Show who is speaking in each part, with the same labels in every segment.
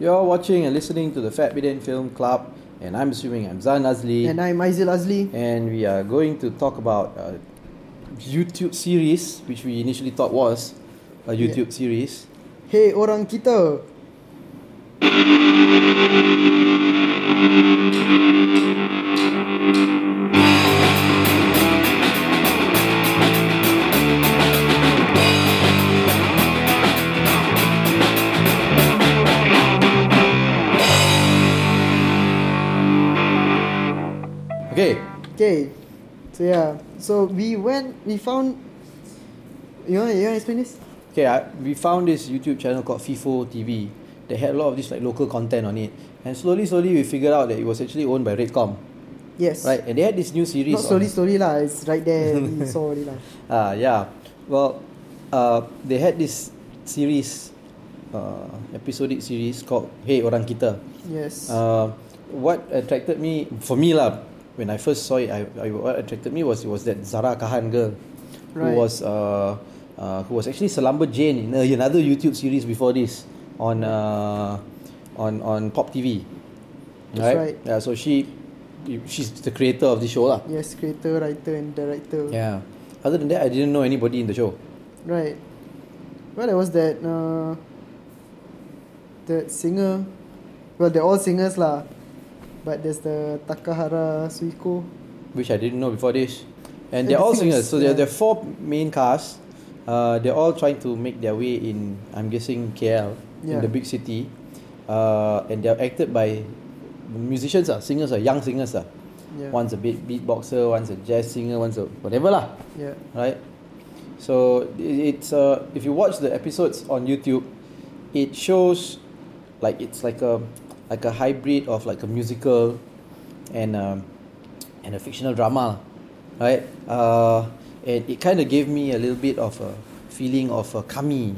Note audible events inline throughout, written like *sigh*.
Speaker 1: You're watching and listening to the Fat Bidden Film Club, and I'm assuming I'm Zan Azli,
Speaker 2: And I'm Aizil Azli.
Speaker 1: and we are going to talk about a YouTube series which we initially thought was a YouTube series.
Speaker 2: Hey orang kita.
Speaker 1: Okay,
Speaker 2: Okay. So yeah. So we went we found you want you wanna explain this?
Speaker 1: okay, I, we found this YouTube channel called FIFO TV that had a lot of this like local content on it, and slowly, slowly we figured out that it was actually owned by Redcom,
Speaker 2: Yes.
Speaker 1: right? And they had this new series.
Speaker 2: Not slowly
Speaker 1: on-
Speaker 2: slowly lah, it's right there. *laughs* we saw already lah.
Speaker 1: Ah, yeah. Well, uh, they had this series, uh, episodic series called Hey Orang Kita.
Speaker 2: Yes.
Speaker 1: Uh, what attracted me, for me lah, when I first saw it, I, I, what attracted me was it was that Zara Kahan girl,
Speaker 2: Right.
Speaker 1: who was uh, uh, who was actually Selamba Jane in a- another YouTube series before this on uh, on on Pop TV.
Speaker 2: That's right.
Speaker 1: Yeah, so she she's the creator of the show lah.
Speaker 2: yes, creator, writer and director.
Speaker 1: Yeah. Other than that, I didn't know anybody in the show.
Speaker 2: Right. Well there was that uh that singer. Well they're all singers lah. But there's the Takahara Suiko.
Speaker 1: which I didn't know before this. And they're
Speaker 2: Yeah, the
Speaker 1: all singers,
Speaker 2: singers,
Speaker 1: so there
Speaker 2: yeah.
Speaker 1: there are four main cast. Uh, they're all trying to make their way in, I'm guessing KL, in
Speaker 2: Yeah.
Speaker 1: the big city, uh, and they're acted by musicians, ah, singers, ah, young singers. ah.
Speaker 2: Yeah.
Speaker 1: One's a beat beatboxer, one's a jazz singer, one's a whatever lah,
Speaker 2: Yeah.
Speaker 1: right? So it- it's uh, if you watch the episodes on YouTube, it shows like it's like a like a hybrid of like a musical and um, and a fictional drama, right? Uh, and it kind of gave me a little bit of a feeling of a kami,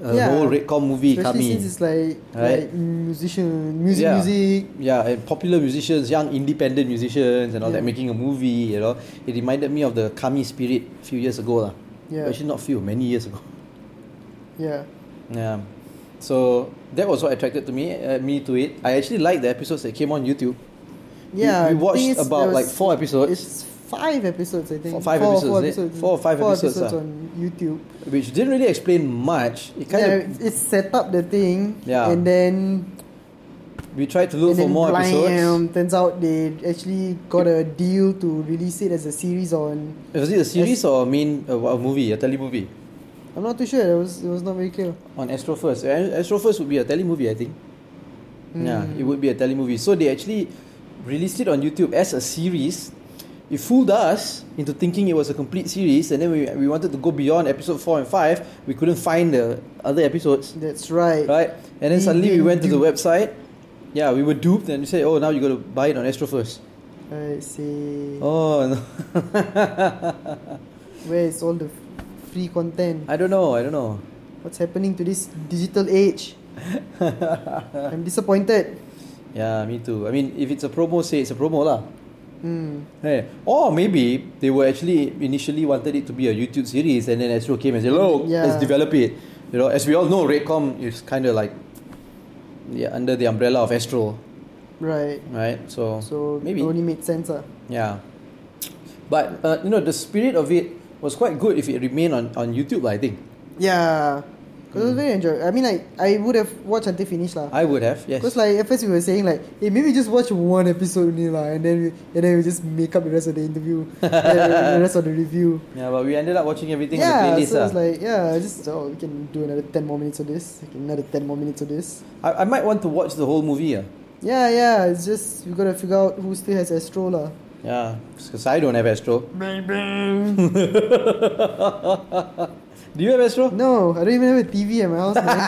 Speaker 1: uh, the
Speaker 2: Yeah.
Speaker 1: whole Redcom movie
Speaker 2: Especially
Speaker 1: kami.
Speaker 2: since it's like
Speaker 1: Right.
Speaker 2: like musician music
Speaker 1: Yeah.
Speaker 2: music
Speaker 1: Yeah, and popular musicians, young independent musicians, and all that
Speaker 2: Yeah.
Speaker 1: making a movie. You know, it reminded me of the Kami spirit a few years ago, lah.
Speaker 2: Yeah.
Speaker 1: Actually, not few, many years ago.
Speaker 2: Yeah.
Speaker 1: Yeah. So that was what attracted to me, uh, me to it. I actually liked the episodes that came on YouTube. We- we,
Speaker 2: Yeah. the thing
Speaker 1: watched
Speaker 2: is,
Speaker 1: about
Speaker 2: there
Speaker 1: like
Speaker 2: was-
Speaker 1: four episodes,
Speaker 2: It's five episodes, I think.
Speaker 1: Four- five episodes, is it? Four or five episodes, ah.
Speaker 2: on YouTube.
Speaker 1: which didn't really explain much. It kind
Speaker 2: yeah,
Speaker 1: of
Speaker 2: it's- it's set up the thing.
Speaker 1: Yeah.
Speaker 2: And then
Speaker 1: we tried to look
Speaker 2: and
Speaker 1: for
Speaker 2: then
Speaker 1: more episodes.
Speaker 2: blam, turns out they actually got a deal to release it as a series on.
Speaker 1: Was it a series or a main uh, a movie, a telemovie
Speaker 2: I'm not too sure. It was it was not very clear.
Speaker 1: on Astro First? A- Astro First would be a telemovie, I think. Yeah, it would be a telemovie. So they actually released it on YouTube as a series. It fooled us into thinking it was a complete series, and then we, we wanted to go beyond episode four and five. We couldn't find the other episodes.
Speaker 2: That's right.
Speaker 1: right? And then
Speaker 2: We
Speaker 1: suddenly we went
Speaker 2: been
Speaker 1: to the website. Yeah, we were duped, and we said, "Oh, now you got to buy it on Astro first.
Speaker 2: I see.
Speaker 1: Oh, *laughs* no.
Speaker 2: Where is all the f- free content?
Speaker 1: I don't know. I don't know.
Speaker 2: What's happening to this digital
Speaker 1: *laughs*
Speaker 2: age? I'm disappointed.
Speaker 1: Yeah, me too. I mean, if it's a promo, say it's a promo lah.
Speaker 2: Hmm.
Speaker 1: Hey. Eh, Or maybe they were actually initially wanted it to be a YouTube series, and then Astro came and said, "Look,
Speaker 2: Yeah.
Speaker 1: let's develop it." You know, as we all know, Redcom is kind of like yeah under the umbrella of Astro,
Speaker 2: Right.
Speaker 1: right? So Oh,
Speaker 2: So
Speaker 1: maybe
Speaker 2: it only made sense. ah.
Speaker 1: Yeah. But uh, you know the spirit of it was quite good if it remained on, on YouTube lah, I think.
Speaker 2: Yeah. Because
Speaker 1: Hmm.
Speaker 2: it was very enjoyable. I mean, like, I would have watched until finish. lah.
Speaker 1: I would have, Ah, yes.
Speaker 2: Because, like, at first we were saying, like, hey, maybe just watch one episode only, lah, and then we, and then we just make up the rest of
Speaker 1: *laughs*
Speaker 2: the interview, uh, the rest of the review.
Speaker 1: Yeah, but we ended up watching everything
Speaker 2: yeah,
Speaker 1: on the playlist.
Speaker 2: so it's
Speaker 1: ah.
Speaker 2: like, yeah, just, oh, we can do another 10 more minutes of this, okay, another 10 more minutes of this.
Speaker 1: I, I might want to watch the whole movie. ah.
Speaker 2: Yeah, yeah, it's just, we gotta figure out who still has Astro, lah.
Speaker 1: Yeah, because I don't have Astro. *laughs* Do you have Astro?
Speaker 2: No, I don't even have a TV at my house, man.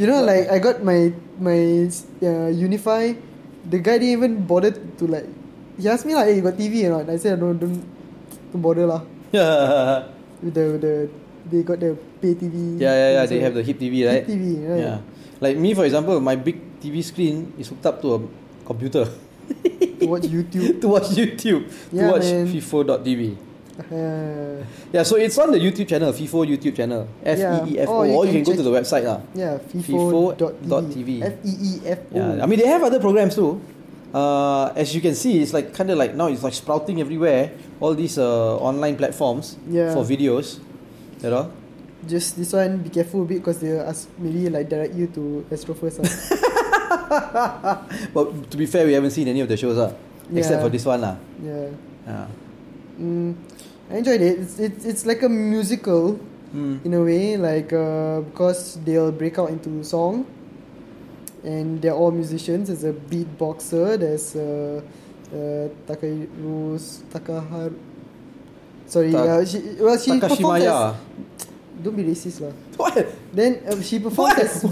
Speaker 2: you know, like I got my my uh, Unify. The guy didn't even bother to like. He asked me like, "Hey, you got TV or not?" I said, "No, don't, don't bother lah."
Speaker 1: *laughs* yeah,
Speaker 2: With the the they got the pay TV.
Speaker 1: yeah, yeah.
Speaker 2: thing,
Speaker 1: They
Speaker 2: so-
Speaker 1: have the hip TV,
Speaker 2: Hip
Speaker 1: right?
Speaker 2: TV, right?
Speaker 1: Yeah. Like me, for example, my big TV screen is hooked up to a computer *laughs*
Speaker 2: To watch YouTube.
Speaker 1: to watch YouTube, to
Speaker 2: Yeah,
Speaker 1: watch
Speaker 2: man.
Speaker 1: FIFO.tv.
Speaker 2: Uh,
Speaker 1: Yeah, so it's on the YouTube channel, FIFO YouTube channel. F
Speaker 2: Yeah.
Speaker 1: E E F O.
Speaker 2: Or you
Speaker 1: Or you
Speaker 2: can
Speaker 1: can go
Speaker 2: check-
Speaker 1: to the website. lah.
Speaker 2: yeah,
Speaker 1: FIFO dot TV.
Speaker 2: FIFO.tv. F-E-E-F-O.
Speaker 1: Yeah, I mean they have other programs too. Uh, as you can see, it's like kind of like now it's like sprouting everywhere. All these uh, online platforms
Speaker 2: Yeah.
Speaker 1: for videos, you know.
Speaker 2: Just this one, be careful a bit because they ask maybe like direct you to Astro first. ah.
Speaker 1: But to be fair, we haven't seen any of the shows, uh, except
Speaker 2: Yeah.
Speaker 1: for this one, lah.
Speaker 2: yeah.
Speaker 1: Yeah.
Speaker 2: Mm, I enjoyed it. It's, it's it's like a musical
Speaker 1: Mm.
Speaker 2: in a way, like uh, because they'll break out into song, and they're all musicians. There's a beatboxer. There's uh, uh, Takaharu Takaharu. Sorry,
Speaker 1: Ta-
Speaker 2: uh, she, well she performs as,
Speaker 1: Takashimaya.
Speaker 2: *laughs* Don't be racist lah.
Speaker 1: What?
Speaker 2: Then uh, she performs as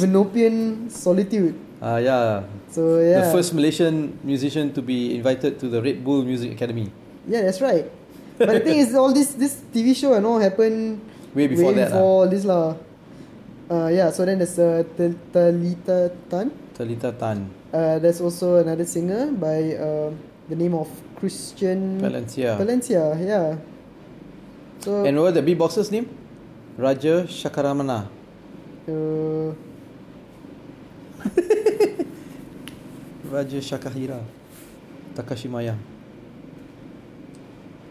Speaker 1: *laughs*
Speaker 2: Venopian Solitude.
Speaker 1: Uh, yeah.
Speaker 2: So yeah,
Speaker 1: The first Malaysian musician to be invited to the Red Bull Music Academy.
Speaker 2: yeah, that's right. But the thing is, all this this TV show and all happened
Speaker 1: Way before that, ah. lah.
Speaker 2: before this lah. Uh, yeah, so then there's uh, Tal- Talita Tan.
Speaker 1: Talita Tan,
Speaker 2: Uh, there's also another singer by uh, the name of Christian
Speaker 1: Valencia.
Speaker 2: Valencia, yeah. So
Speaker 1: And what was the beatboxer's name? Raja Shakaramana.
Speaker 2: uh,
Speaker 1: Raja Shakahira. Takashimaya.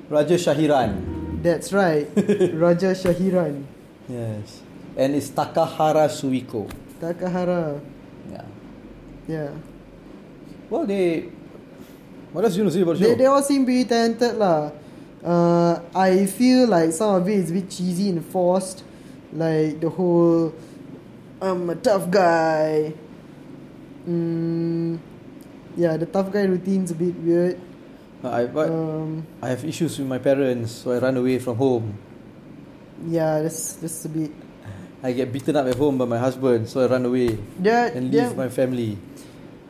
Speaker 1: Raja Shahiran. *laughs*
Speaker 2: that's right, Raja Shahiran
Speaker 1: Yes. And it's Takahara Suiko.
Speaker 2: Takahara.
Speaker 1: Yeah.
Speaker 2: Yeah,
Speaker 1: Well, they. What else you want to say about the
Speaker 2: they,
Speaker 1: show?
Speaker 2: they all seem pretty talented lah. Uh, I feel like some of it is a bit cheesy and forced, like the whole I'm a tough guy. Mm, yeah, the tough guy routine's a bit weird.
Speaker 1: I, but
Speaker 2: Um,
Speaker 1: I have issues with my parents, so I run away from home.
Speaker 2: yeah, that's that's a bit.
Speaker 1: I get beaten up at home by my husband, so I run away
Speaker 2: Yeah,
Speaker 1: and
Speaker 2: yeah,
Speaker 1: leave my family.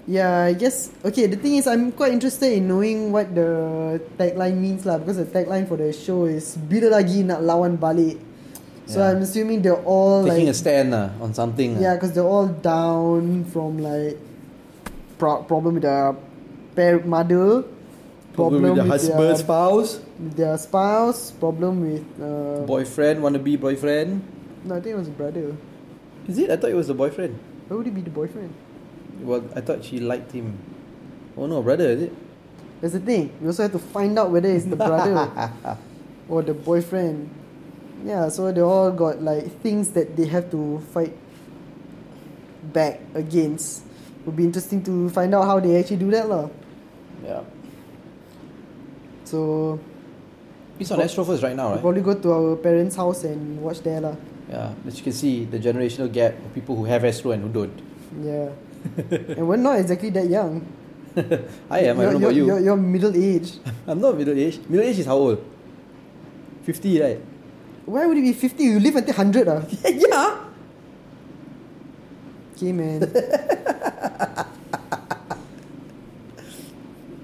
Speaker 2: yeah. I guess okay. The thing is, I'm quite interested in knowing what the tagline means lah, because the tagline for the show is "Bila lagi nak lawan balik." So
Speaker 1: Yeah.
Speaker 2: I'm assuming they're all
Speaker 1: Taking a
Speaker 2: like
Speaker 1: stand ah, on something. ah.
Speaker 2: Yeah, because they're all down from like pro- problem with their parent, mother,
Speaker 1: Problem with the husband, spouse,
Speaker 2: with their spouse, problem with uh,
Speaker 1: boyfriend, wannabe boyfriend.
Speaker 2: No, I think it was a brother.
Speaker 1: Is it? I thought it was the boyfriend.
Speaker 2: Why would it be the boyfriend?
Speaker 1: Well, I thought she liked him. Oh no, brother, is it?
Speaker 2: That's the thing. We also have to find out whether it's the
Speaker 1: *laughs*
Speaker 2: brother or the boyfriend. Yeah, so they all got like things that they have to fight back against. Would be interesting to find out how they actually do that, lah.
Speaker 1: Yeah.
Speaker 2: So
Speaker 1: It's on Astro first right now,
Speaker 2: We'll
Speaker 1: right?
Speaker 2: probably go to our parents' house and watch there lah.
Speaker 1: Yeah. As you can see, the generational gap of people who have Astro and who don't. *laughs*
Speaker 2: Yeah. and we're not exactly that young.
Speaker 1: I am. I don't
Speaker 2: you're,
Speaker 1: know about
Speaker 2: you're, You're,
Speaker 1: you.
Speaker 2: you're middle aged.
Speaker 1: *laughs* I'm not middle aged. Middle aged is how old? Fifty, right? *laughs*
Speaker 2: Why would it be 50? You live until 100 ah.
Speaker 1: yeah.
Speaker 2: Okay,
Speaker 1: *laughs*
Speaker 2: man.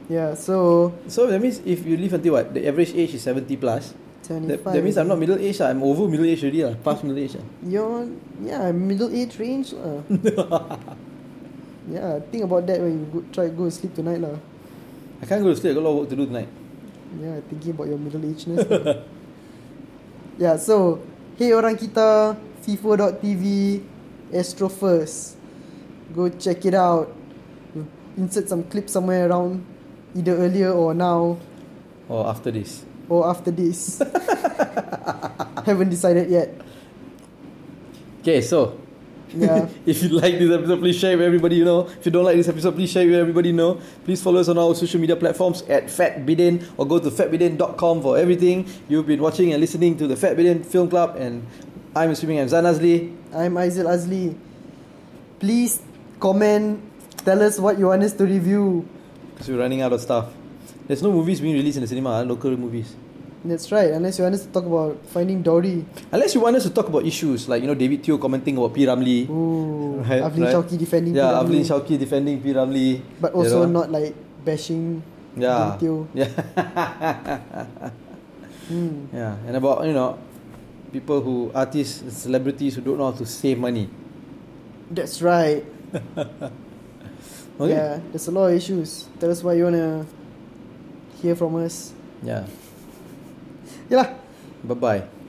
Speaker 2: yeah, so
Speaker 1: So that means if you live until what? The average age is seventy plus.
Speaker 2: 75.
Speaker 1: That, that means I'm not middle aged. ah. I'm over middle aged already. ah. Past middle aged. ah.
Speaker 2: You're, yeah, middle age
Speaker 1: *laughs*
Speaker 2: range lah. yeah, think about that when you go, try go sleep tonight lah.
Speaker 1: I can't go to sleep. I got a lot of work to do tonight.
Speaker 2: Yeah, thinking about your middle agedness. *laughs* yeah, so hey orang kita FIFO.tv Astro First. Go check it out. We'll insert some clip somewhere around either earlier or now
Speaker 1: Or after this.
Speaker 2: or after this. *laughs* Haven't decided yet.
Speaker 1: Okay, so *laughs*
Speaker 2: Yeah.
Speaker 1: if you like this episode, please share with everybody you know. If you don't like this episode, please share with everybody you know. Please follow us on our social media platforms at FatBidin or go to fatbidin.com for everything. You've been watching and listening to the Fat Bidin Film Club, and I'm assuming I'm Zan Azli.
Speaker 2: I'm Aizil Azli. Please comment tell us what you want us to review.
Speaker 1: because we're running out of stuff. There's no movies being released in the cinema, huh? local movies.
Speaker 2: That's right, unless you want us to talk about finding Dory.
Speaker 1: Unless you want us to talk about issues like you know David Teo commenting about P Ramlee.
Speaker 2: Ooh,
Speaker 1: Right,
Speaker 2: Avlin
Speaker 1: right.
Speaker 2: Shauki defending
Speaker 1: Yeah,
Speaker 2: P. Ramlee.
Speaker 1: Ya, Avlin Shauki defending P Ramlee.
Speaker 2: But
Speaker 1: you
Speaker 2: also
Speaker 1: know? Ya.
Speaker 2: not like bashing
Speaker 1: Yeah.
Speaker 2: Teo.
Speaker 1: Yeah.
Speaker 2: Hmm.
Speaker 1: Yeah, ya. and about you know people who artists and celebrities who don't know how to save money.
Speaker 2: That's right.
Speaker 1: Okay.
Speaker 2: Yeah,
Speaker 1: Ya.
Speaker 2: there's a lot of issues. Tell us what you wanna hear from us.
Speaker 1: Yeah.
Speaker 2: Yeah lah.
Speaker 1: Bye bye.